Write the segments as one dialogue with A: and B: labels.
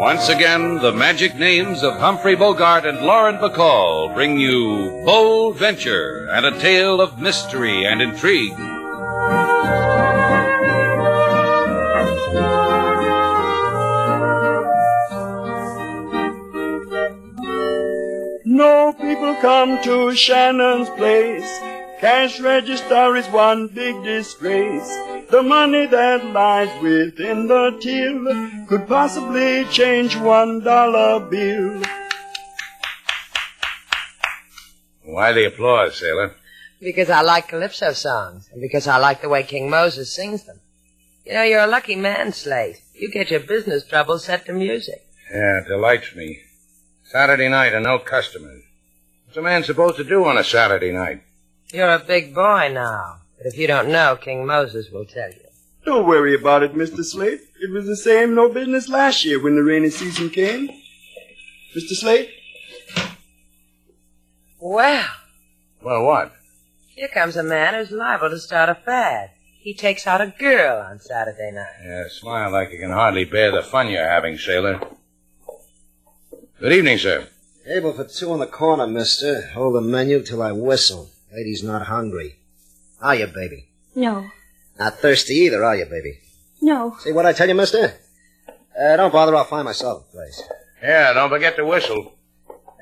A: Once again, the magic names of Humphrey Bogart and Lauren Bacall bring you Bold Venture and a tale of mystery and intrigue.
B: No people come to Shannon's place. Cash register is one big disgrace. The money that lies within the till could possibly change one dollar bill.
A: Why the applause, Sailor?
C: Because I like calypso songs, and because I like the way King Moses sings them. You know, you're a lucky man, Slate. You get your business troubles set to music.
D: Yeah, it delights me. Saturday night and no customers. What's a man supposed to do on a Saturday night?
C: You're a big boy now. But if you don't know, King Moses will tell you.
B: Don't worry about it, Mr. Slate. It was the same no business last year when the rainy season came. Mr. Slate?
C: Well,
D: Well, what?
C: here comes a man who's liable to start a fad. He takes out a girl on Saturday night.
D: Yeah, smile like you can hardly bear the fun you're having, sailor. Good evening, sir.
E: Table for two on the corner, mister. Hold the menu till I whistle. Lady's not hungry. Are you, baby?
F: No,
E: Not thirsty either, are you, baby?
F: no.
E: See what I tell you, mister? Uh, don't bother, I'll find myself a place.
D: Yeah, don't forget to whistle.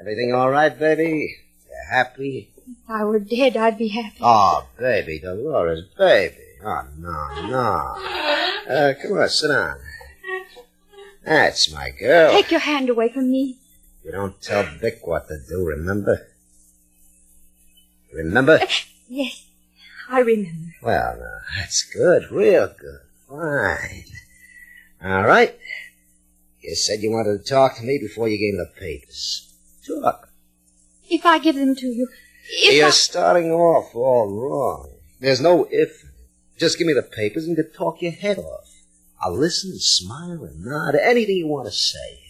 E: Everything all right, baby? You happy?
F: If I were dead, I'd be happy.
E: Oh, baby, Dolores, baby. Oh, no, no. Uh, come on, sit down. That's my
C: Oh.
E: girl.
F: Take your hand away from me.
E: You don't tell Vic what to do, remember? Remember?
F: Yes, I remember.
E: Well, now, that's good, real good. Fine. All right. You said you wanted to talk to me before you gave me the papers. Talk.
F: If I give them to you, if
E: You're
F: I-
E: starting off all wrong. There's no if. Just give me the papers and you can talk your head off. I'll listen and smile and nod at anything you want to say.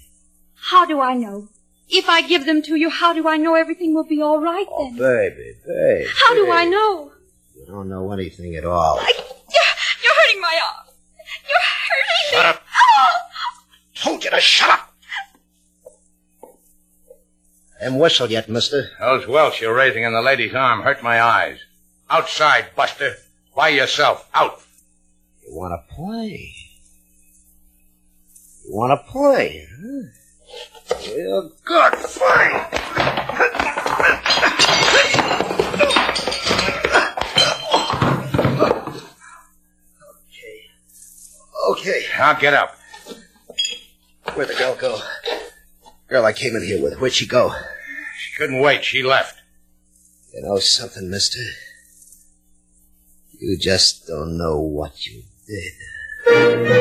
F: how do I know? If I give them to you, how do I know everything will be all right
E: Oh,
F: then?
E: baby, baby.
F: how do I know?
E: You don't know anything at all.
F: I, you're, you're hurting my arm. You're hurting me.
D: up. Told you to shut up.
E: Haven't whistled yet, mister.
D: Those welts you're raising in the lady's arm hurt my eyes. Outside, Buster. By yourself. Out.
E: You want to play? You want to play, huh? Well,
D: Good fine.
E: okay.
D: Now get up.
E: Where'd the girl go? Girl I came in here with, where'd she go?
D: She couldn't wait. She left.
E: You know something, mister? You just don't know what you did.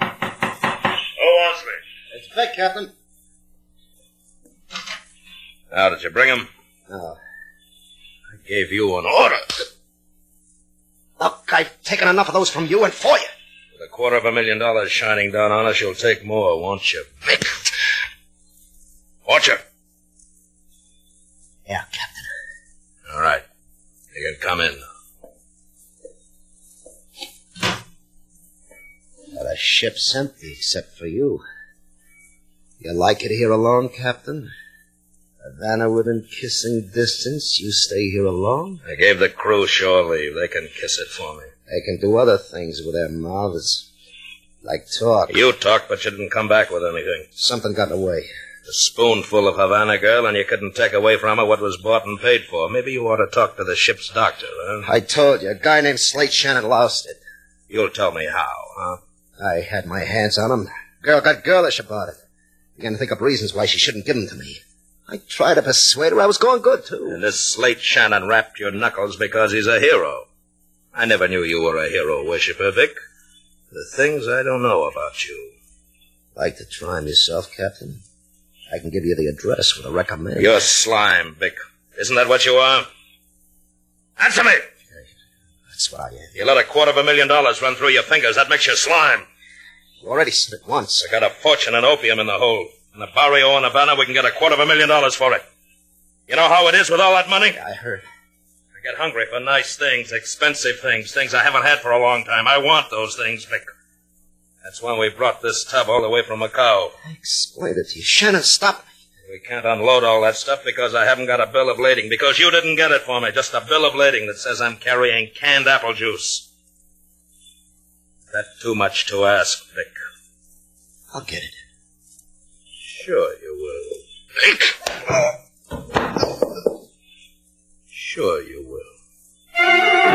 D: Who wants me?
E: It's Vic, Captain.
D: Now, did you bring him?
E: No.
D: I gave you an order.
E: Look, I've taken enough of those from you and for you.
D: With a quarter of a million dollars shining down on us, you'll take more, won't you, Vic? Watch it.
E: Yeah, Captain.
D: All right. You can come in.
E: Well, the ship's empty except for you. You like it here alone, Captain? Havana within kissing distance, you stay here alone?
D: I gave the crew shore leave. They can kiss it for me.
E: They can do other things with their mouths. Like talk.
D: You talked, but you didn't come back with anything.
E: Something got in the way.
D: A spoonful of Havana girl, and you couldn't take away from her what was bought and paid for. Maybe you ought to talk to the ship's doctor, huh?
E: I told you, a guy named Slate Shannon lost it.
D: You'll tell me how, huh?
E: I had my hands on him. Girl got girlish about it. Began to think up reasons why she shouldn't give them to me. I tried to persuade her I was going good, too.
G: And this slate Shannon wrapped your knuckles because he's a hero. I never knew you were a hero worshiper, Vic. The things I don't know about you.
E: Like to try 'em yourself, Captain? I can give you the address with a recommend.
G: You're slime, Vic. Isn't that what you are? Answer me!
E: That's what I am.
G: You let a quarter of a million dollars run through your fingers. That makes you slime.
E: You already said it once.
G: I got a fortune in opium in the hole. In the barrio in Havana, we can get a quarter of a million dollars for it. You know how it is with all that money?
E: I heard.
G: I get hungry for nice things, expensive things, things I haven't had for a long time. I want those things, Vic. That's why we brought this tub all the way from Macau.
E: I explained it to you. Shannon, stop.
G: We can't unload all that stuff because I haven't got a bill of lading, because you didn't get it for me. Just a bill of lading that says I'm carrying canned apple juice. That's too much to ask, Vic.
E: I'll get it.
G: Sure you will. Sure you will.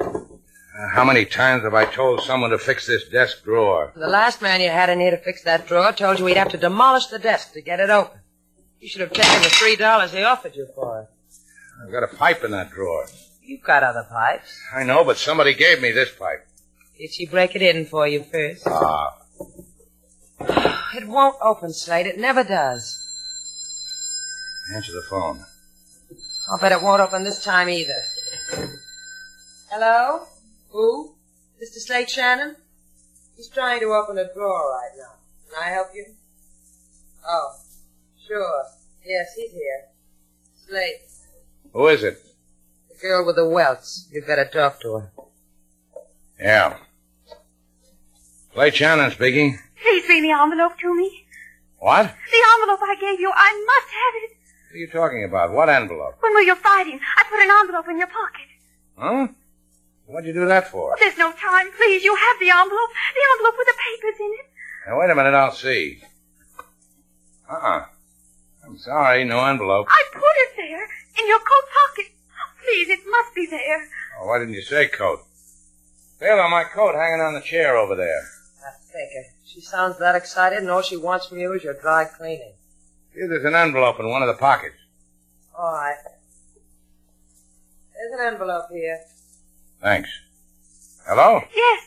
D: Uh, how many times have I told someone to fix this desk drawer?
C: The last man you had in here to fix that drawer told you he'd have to demolish the desk to get it open. You should have taken the three dollars he offered you for it.
D: I've got a pipe in that drawer.
C: You've got other pipes.
D: I know, but somebody gave me this pipe.
C: Did she break it in for you first?
D: Ah,
C: It won't open, Slade. It never does.
D: answer the phone.
C: I'll bet it won't open this time either. Hello? Who? Mr. Slade Shannon? He's trying to open a drawer right now. Can I help you? Oh, sure. Yes, he's here. Slade,
D: Who is it?
C: the girl with the welts. You'd better talk to her.
D: Yeah. Clay Shannon speaking.
F: Please bring the envelope to me.
D: What? What
F: The envelope I gave you. I must have it.
D: are you talking about? What envelope?
F: When were you fighting? I put an envelope in your pocket.
D: Huh? What'd you do that for?
F: There's no time, please. You have the envelope. The envelope with the papers in it.
D: Now, wait a minute, I'll see. Uh-uh. I'm sorry, no envelope.
F: I put it there in your coat pocket. Please, it must be there.
D: Oh, why didn't you say coat? Baylor, my coat hanging on the chair over there.
C: I take her. She sounds that excited, and all she wants from you is your dry cleaning.
D: Here, there's an envelope in one of the pockets.
C: All right. There's an envelope here.
D: Thanks. Hello?
F: Yes,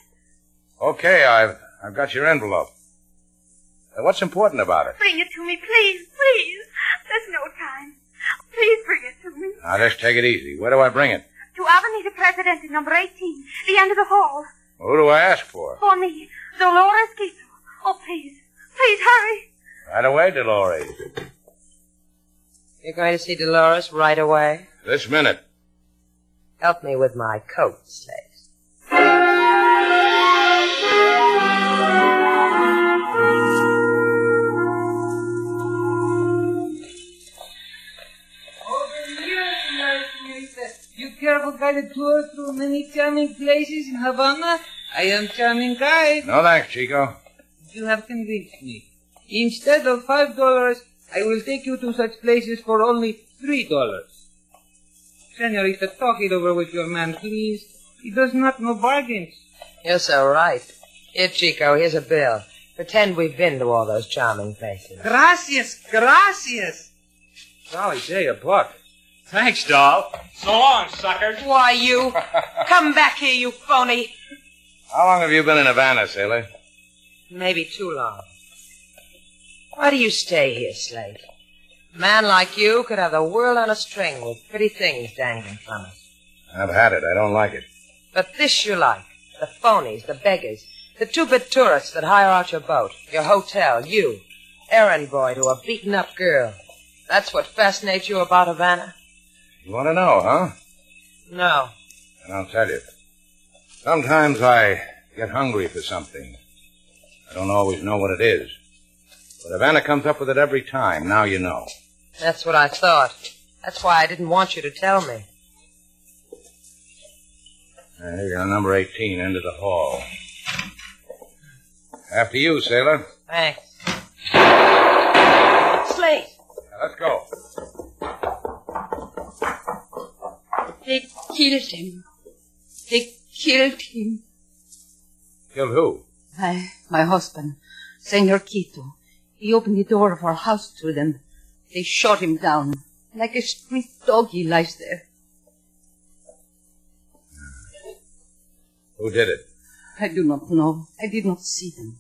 D: Okay, I've I've got your envelope. Uh, what's important about it?
F: bring it to me, please, please. There's no time. Please bring it to me.
D: Now, just take it easy. Where do I bring it?
F: To Avenida Presidente, number 18, the end of the hall.
D: Who do I ask for?
F: For me, Dolores Quito. Oh, please, please hurry.
D: Right away, Dolores.
C: You're going to see Dolores right away?
D: This minute.
C: Help me with my coat, Slade.
H: Over here, Margarita. uh, You careful got a tour through many charming places in Havana. I am charming guy.
D: No thanks, Chico.
H: You have convinced me. Instead of five dollars, I will take you to such places for only three dollars. Senorita, talk it over with your man, please. He does not know bargains.
C: You're so right. Here, Chico, here's a bill. Pretend we've been to all those charming places.
H: Gracias, gracias.
D: Golly gee, a buck.
I: Thanks, doll. So long, suckers.
C: Why, you? Come back here, you phony.
D: How long have you been in Havana, sailor?
C: Maybe too long. Why do you stay here, Slade? A man like you could have the world on a string with pretty things dangling from it.
D: I've had it. I don't like it.
C: But this you like. The phonies, the beggars, the two-bit tourists that hire out your boat, your hotel, you, errand boy to a beaten-up girl. That's what fascinates you about Havana?
D: You want to know, huh?
C: No.
D: And I'll tell you. Sometimes I get hungry for something. I don't always know what it is. But Havana comes up with it every time. Now you know.
C: That's what I thought. That's why I didn't want you to tell me.
D: Uh, Here you are, number 18, end of the hall. After you, sailor.
C: Thanks. Slate,
D: Now, let's go.
J: killed him. They killed him.
D: Killed who?
J: My, my husband, Senor Quito. He opened the door of our house to them. They shot him down. Like a street dog, he lies there.
D: Who did it?
J: I do not know. I did not see them.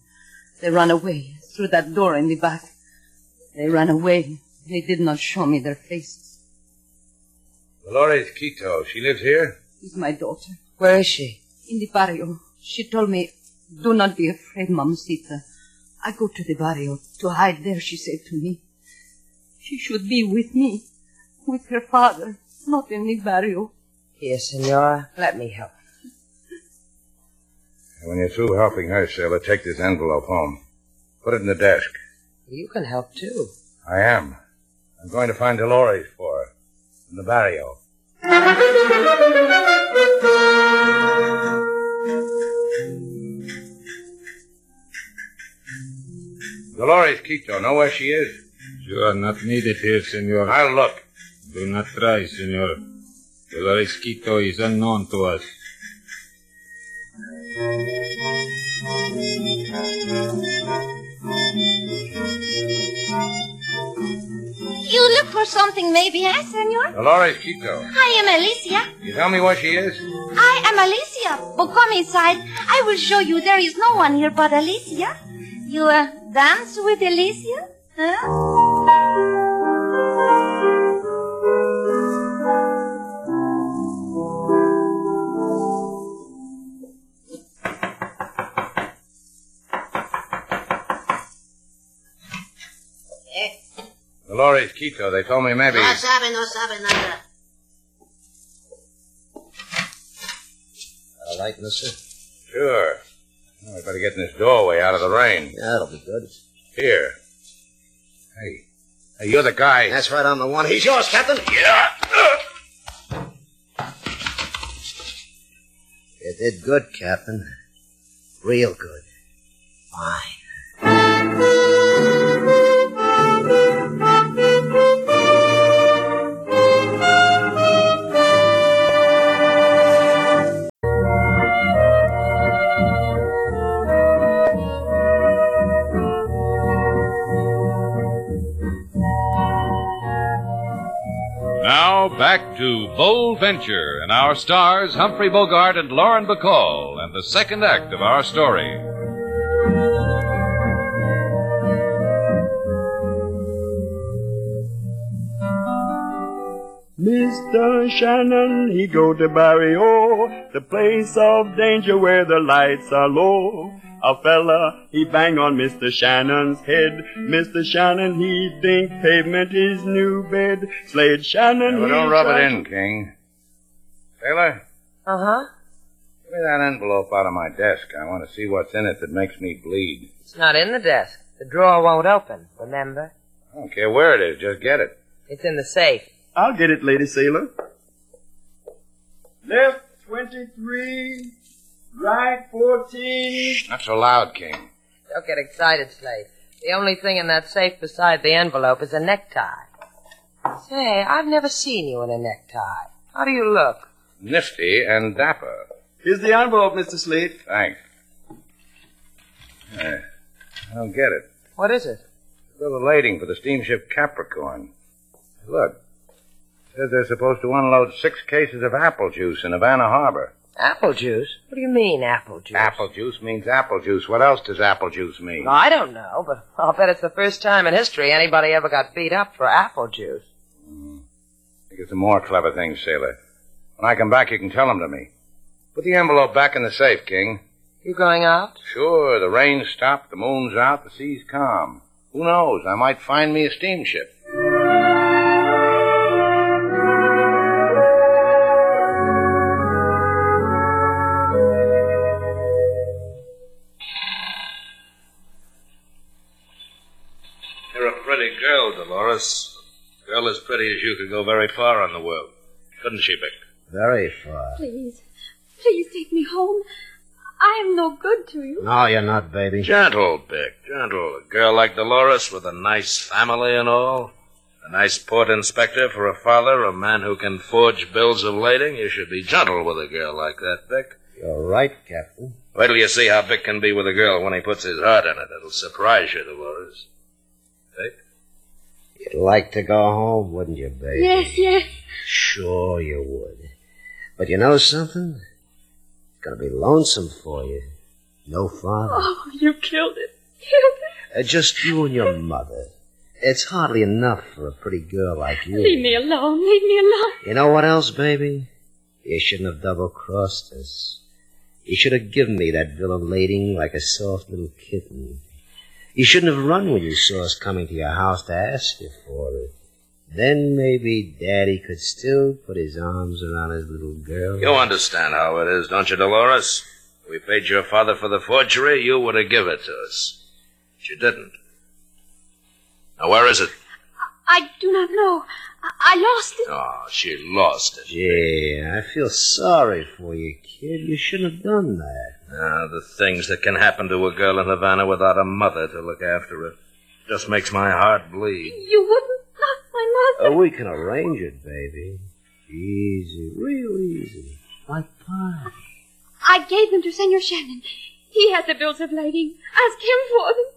J: They ran away through that door in the back. They ran away. They did not show me their faces.
D: Dolores Quito. She lives here?
J: It's my daughter.
C: Where is she?
J: In the barrio. She told me, do not be afraid, Mamacita. I go to the barrio to hide there, she said to me. She should be with me, with her father, not in the barrio.
C: Here, Senora, let me help.
D: When you're through helping her, sailor, take this envelope home. Put it in the desk.
C: You can help too.
D: I am. I'm going to find Dolores for her. In the barrio. Dolores Quito, know where she is?
K: You are not needed here, senor.
D: I'll look.
K: Do not try, senor. Dolores Quito is unknown to us.
L: You look for something, maybe, eh, senor?
D: Dolores Quito.
L: I am Alicia.
D: You tell me where she is?
L: I am Alicia. But come inside. I will show you there is no one here but Alicia. You uh, dance with Alicia? Huh?
D: Dolores Quito. They told me maybe.
M: No sabe, no sabe nada.
E: All right, mister.
D: Sure. Well, we better get in this doorway out of the rain.
E: Yeah, that'll be good.
D: Here. Hey. Hey, you're the guy.
E: That's right on the one. He's yours, Captain.
D: Yeah.
E: You did good, Captain. Real good. Fine.
A: back to Bold Venture and our stars Humphrey Bogart and Lauren Bacall and the second act of our story.
B: Mr. Shannon, he go to Barrio, the place of danger where the lights are low. A fella, he bang on Mr. Shannon's head. Mr. Shannon, he think pavement is new bed. Slade Shannon,
D: Yeah, but
B: he
D: don't rub it
B: tried-
D: in, King. Taylor,
C: Uh huh.
D: give me that envelope out of my desk. I want to see what's in it that makes me bleed.
C: It's not in the desk. The drawer won't open, remember?
D: I don't care where it is, just get it.
C: It's in the safe.
B: I'll get it, Lady Sailor. Left 23, right 14.
D: Not so loud, King.
C: Don't get excited, Slade. The only thing in that safe beside the envelope is a necktie. Say, I've never seen you in a necktie. How do you look?
D: Nifty and dapper.
B: Here's the envelope, Mr. Slade.
D: Thanks. Eh, I don't get it.
C: What is it?
D: Still the lading for the steamship Capricorn. Look. It says they're supposed to unload six cases of apple juice in Havana Harbor.
C: Apple juice? What do you mean, apple juice?
D: Apple juice means apple juice. What else does apple juice mean?
C: Well, I don't know, but I'll bet it's the first time in history anybody ever got beat up for apple juice.
D: Think of some more clever things, sailor. When I come back, you can tell them to me. Put the envelope back in the safe, King.
C: You going out?
D: Sure, the rain stopped, the moon's out, the sea's calm. Who knows? I might find me a steamship.
G: You're a pretty girl, Dolores. Girl as pretty as you could go very far in the world. Couldn't she, Vic?
E: Very far.
F: Please, please take me home. I am no good to you.
E: No, you're not, baby.
G: Gentle, Vic. Gentle. A girl like Dolores with a nice family and all. A nice port inspector for a father, a man who can forge bills of lading. You should be gentle with a girl like that, Vic.
E: You're right, Captain.
G: Wait till you see how Vic can be with a girl when he puts his heart in it. It'll surprise you, Dolores. Vic?
E: You'd like to go home, wouldn't you, baby?
F: Yes, yes.
E: Sure you would. But you know something? It's gonna be lonesome for you. No father.
F: Oh, you killed it. Killed it.
E: Uh, just you and your mother. It's hardly enough for a pretty girl like you.
F: Leave me alone. Leave me alone.
E: You know what else, baby? You shouldn't have double crossed us. You should have given me that bill of lading like a soft little kitten. You shouldn't have run when you saw us coming to your house to ask you for it. Then maybe Daddy could still put his arms around his little girl.
G: You understand how it is, don't you, Dolores? We paid your father for the forgery, you would have given it to us. But you didn't. Now, where is it?
F: I do not know. I, I lost it.
G: Oh, she lost it.
E: Gee, I feel sorry for you, kid. You shouldn't have done that.
G: Ah, the things that can happen to a girl in Havana without a mother to look after her just makes my heart bleed.
F: You wouldn't not my mother.
E: Oh, we can arrange it, baby. Easy, real easy. Like pie.
F: I gave them to Senor Shannon. He has the bills of lading. Ask him for them.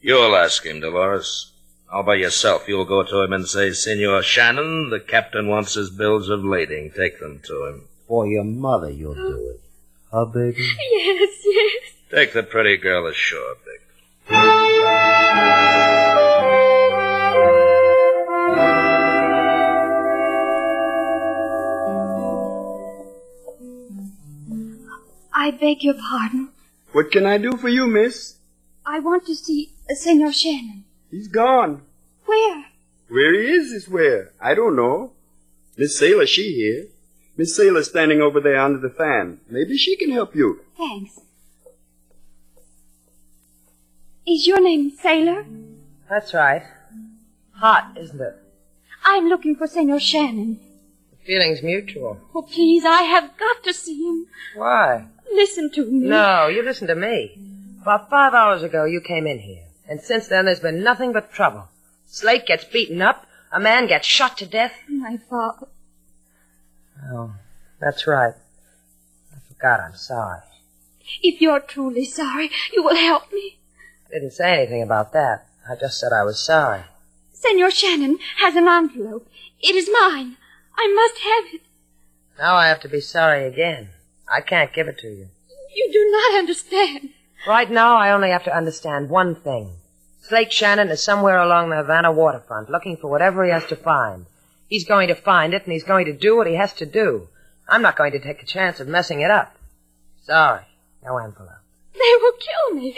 G: You'll ask him, Dolores. All by yourself, you'll go to him and say, Senor Shannon, the captain wants his bills of lading. Take them to him.
E: For your mother, you'll do it. Huh, baby?
F: Yes, yes.
G: Take the pretty girl ashore, Vic.
F: I beg your pardon.
B: What can I do for you, miss?
F: I want to see uh, Senor Shannon.
B: He's gone.
F: Where?
B: Where he is is where. I don't know. Miss Sailor, she here. Miss Sailor's standing over there under the fan. Maybe she can help you.
F: Thanks. Is your name Sailor?
C: That's right. Hot, isn't it?
F: I'm looking for Senor Shannon.
C: The feeling's mutual.
F: Oh, please, I have got to see him.
C: Why?
F: Listen to me.
C: No, you listen to me. About five hours ago, you came in here, and since then, there's been nothing but trouble. Slate gets beaten up, a man gets shot to death.
F: My father.
C: Oh, that's right. I forgot, I'm sorry.
F: If you're truly sorry, you will help me.
C: Didn't say anything about that. I just said I was sorry.
F: Senor Shannon has an envelope. It is mine. I must have it.
C: Now I have to be sorry again. I can't give it to you.
F: You do not understand.
C: Right now, I only have to understand one thing. Slate Shannon is somewhere along the Havana waterfront looking for whatever he has to find. He's going to find it, and he's going to do what he has to do. I'm not going to take a chance of messing it up. Sorry. No envelope.
F: They will kill me.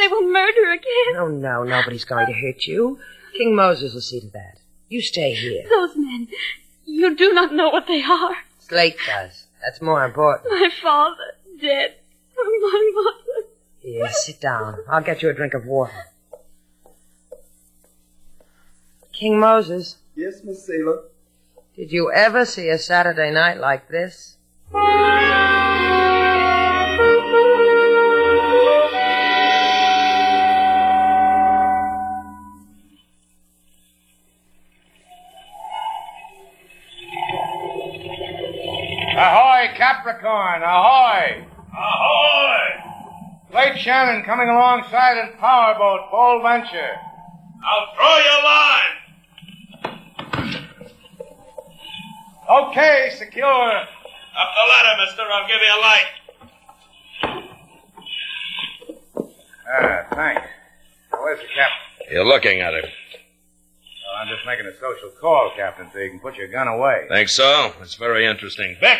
F: They will murder again.
C: No, no, nobody's going to hurt you. King Moses will see to that. You stay here.
F: Those men, you do not know what they are.
C: Slate does. That's more important.
F: My father, dead. My mother.
C: Here, sit down. I'll get you a drink of water. King Moses,
B: Yes, Miss Sailor.
C: did you ever see a Saturday night like this?
D: Ahoy, Capricorn! Ahoy!
I: Ahoy!
D: Late Shannon coming alongside in powerboat, Bold Venture.
I: I'll throw your line!
D: Okay, secure.
I: Up the ladder, mister. I'll give you a light.
D: Ah, thanks. Now, where's the captain?
G: You're looking at her.
D: Well, I'm just making a social call, Captain, so you can put your gun away.
G: Think so? It's very interesting. Vic!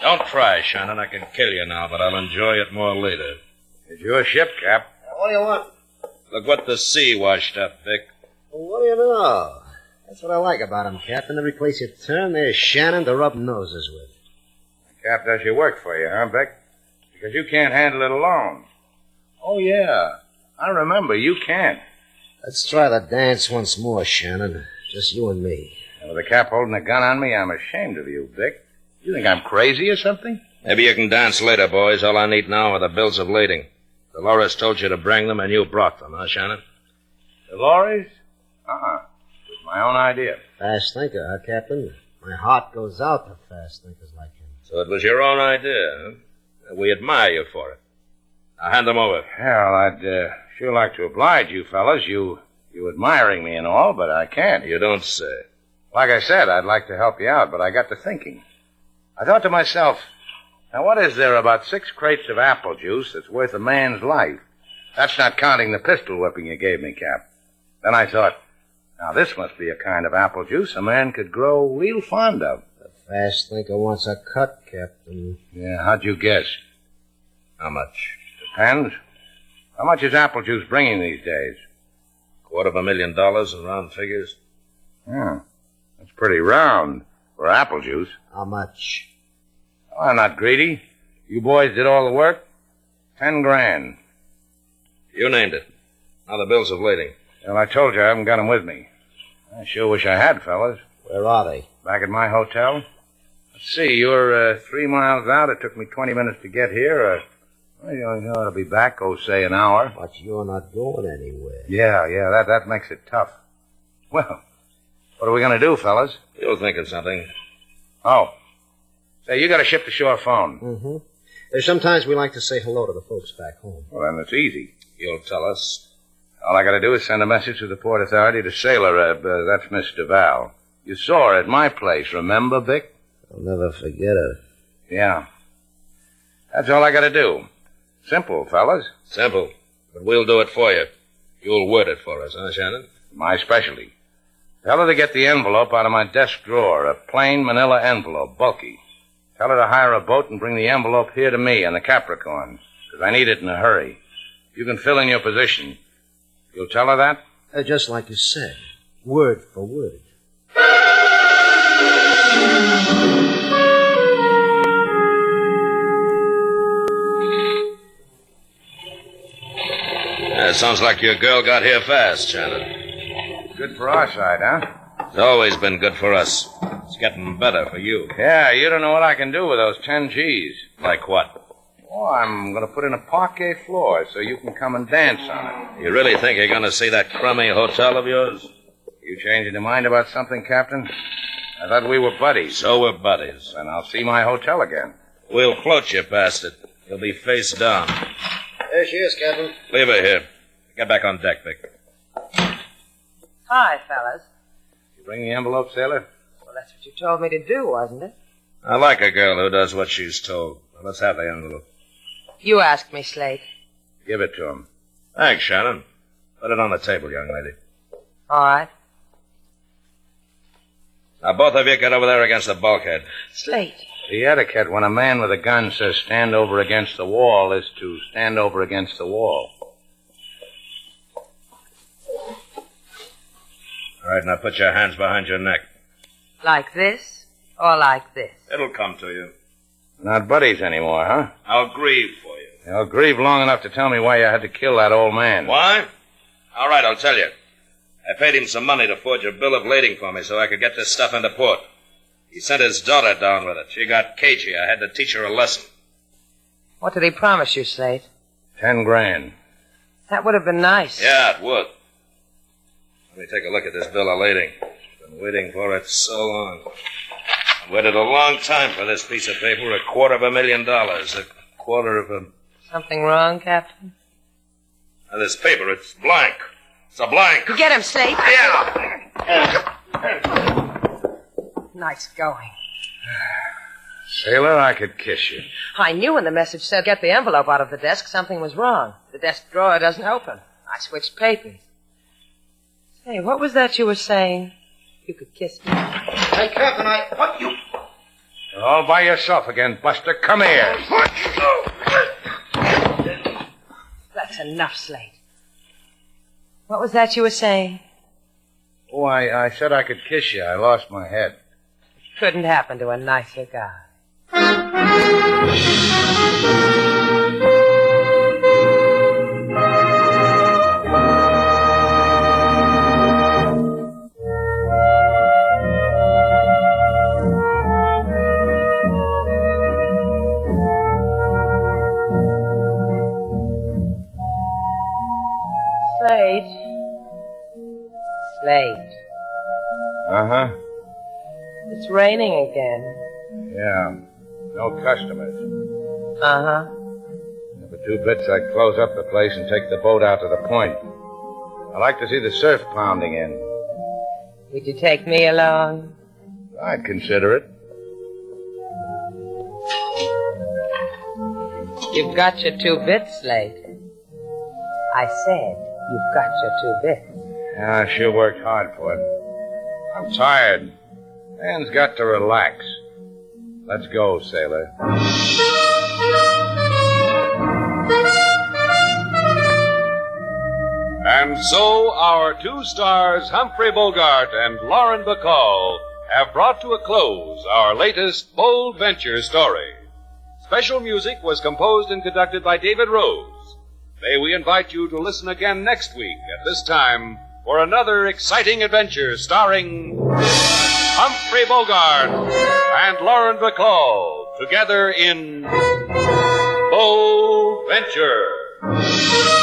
G: Don't try, Shannon. I can kill you now, but I'll enjoy it more later.
D: It's your ship, Cap.
E: What do you want?
G: Look what the sea washed up, Vic.
E: What do you know? That's what I like about 'em, Captain. Every place you turn, there's Shannon to rub noses with.
D: Cap does your work for you, huh, Beck? Because you can't handle it alone. Oh, yeah. I remember. You can't.
E: Let's try the dance once more, Shannon. Just you and me.
D: And with the cap holding a gun on me, I'm ashamed of you, Dick. You think I'm crazy or something?
G: Maybe you can dance later, boys. All I need now are the bills of lading. Dolores told you to bring them, and you brought them, huh, Shannon?
D: Dolores? Uh-uh. With My own idea.
E: Fast thinker, huh, Captain? My heart goes out to fast thinkers like him.
G: So it was your own idea, huh? We admire you for it. Now hand them over.
D: Hell, I'd uh, sure like to oblige you fellas. You you admiring me and all, but I can't.
G: You don't say.
D: Like I said, I'd like to help you out, but I got to thinking. I thought to myself, now what is there about six crates of apple juice that's worth a man's life? That's not counting the pistol whipping you gave me, Cap. Then I thought, now this must be a kind of apple juice a man could grow real fond of.
E: The fast thinker wants a cut, Captain.
D: Yeah, how'd you guess?
G: How much?
D: Depends. How much is apple juice bringing these days?
G: Quarter of a million dollars in round figures.
D: Yeah, that's pretty round for apple juice.
E: How much?
D: Oh, I'm not greedy. You boys did all the work. Ten grand.
G: You named it. Now the bills of lading.
D: Well, I told you I haven't got 'em with me. I sure wish I had, fellas.
E: Where are they?
D: Back at my hotel. Let's see, you're uh, three miles out. It took me 20 minutes to get here. Uh, well, you ought to be back, oh, say, an hour.
E: But you're not going anywhere.
D: Yeah, yeah, that, that makes it tough. Well, what are we going to do, fellas?
G: You're thinking something.
D: Oh. Say, you got a ship to shore phone.
E: Mm-hmm. Uh, Sometimes we like to say hello to the folks back home.
D: Well, then it's easy.
G: You'll tell us.
D: All I got to do is send a message to the port authority to Sailor Ebb. Uh, that's Miss DeVal. You saw her at my place, remember, Vic?
E: I'll never forget her.
D: Yeah. That's all I got to do. Simple, fellas.
G: Simple. But we'll do it for you. You'll word it for us, huh, Shannon?
D: My specialty. Tell her to get the envelope out of my desk drawer, a plain manila envelope, bulky. Tell her to hire a boat and bring the envelope here to me on the Capricorn, 'cause I need it in a hurry. You can fill in your position. You'll tell her that?
E: Uh, just like you said, word for word.
G: Yeah, sounds like your girl got here fast, Shannon.
D: Good for our side, huh?
G: It's always been good for us. It's getting better for you.
D: Yeah, you don't know what I can do with those ten G's.
G: Like what?
D: Oh, I'm going to put in a parquet floor so you can come and dance on
G: You really think you're going to see that crummy hotel of yours?
D: it. You changing your mind about something, Captain? I thought we were buddies.
G: So we're buddies.
D: Then I'll see my hotel again.
G: We'll float you past it. You'll be face down.
E: There she is, Captain.
G: Leave her here. Get back on deck, Vic.
C: Hi, fellas.
D: You bring the envelope, sailor?
C: Well, that's what you told me to do, wasn't it?
G: I like a girl who does what she's told. Now, let's have the envelope.
C: You asked me, Slate.
D: Give it to him.
G: Thanks, Shannon. Put it on the table, young lady.
C: All right.
G: Now, both of you get over there against the bulkhead.
C: Slate.
D: The etiquette when a man with a gun says stand over against the wall is to stand over against the wall.
G: All right, now put your hands behind your neck.
C: Like this or like this?
G: It'll come to you.
D: Not buddies anymore, huh?
G: I'll grieve for you.
D: You'll grieve long enough to tell me why you had to kill that old man.
G: Why? All right, I'll tell you. I paid him some money to forge a bill of lading for me so I could get this stuff into port. He sent his daughter down with it. She got cagey. I had to teach her a lesson.
C: What did he promise you, Slate?
D: Ten grand.
C: That would have been nice.
G: Yeah, it would. Let me take a look at this bill of lading. Been waiting for it so long. I waited a long time for this piece of paper. A quarter of a million dollars. A quarter of a.
C: Something wrong, Captain?
G: Now, this paper, it's blank. It's a blank.
C: Get him, Slate.
G: Yeah.
C: Nice going.
D: Sailor, I could kiss you.
C: I knew when the message said get the envelope out of the desk something was wrong. The desk drawer doesn't open. I switched papers. Say, what was that you were saying? You could kiss me.
E: Hey, Captain, I. What you.
D: You're all by yourself again, Buster. Come here.
C: That's enough, Slate. What was that you were saying?
D: Oh, I, I said I could kiss you. I lost my head.
C: Couldn't happen to a nicer guy. Slade. Slade.
D: Uh huh.
C: It's raining again.
D: Yeah. No customers.
C: Uh huh.
D: For two bits, I'd close up the place and take the boat out to the point. I like to see the surf pounding in.
C: Would you take me along?
D: I'd consider it.
C: You've got your two bits, Slate. I said you've got your two bits.
D: Yeah, I sure worked hard for it. I'm tired. Man's got to relax. Let's go, sailor.
A: And so our two stars, Humphrey Bogart and Lauren Bacall, have brought to a close our latest bold venture story. Special music was composed and conducted by David Rose. May we invite you to listen again next week at this time for another exciting adventure starring Humphrey Bogart and Lauren Bacall together in Bold Venture.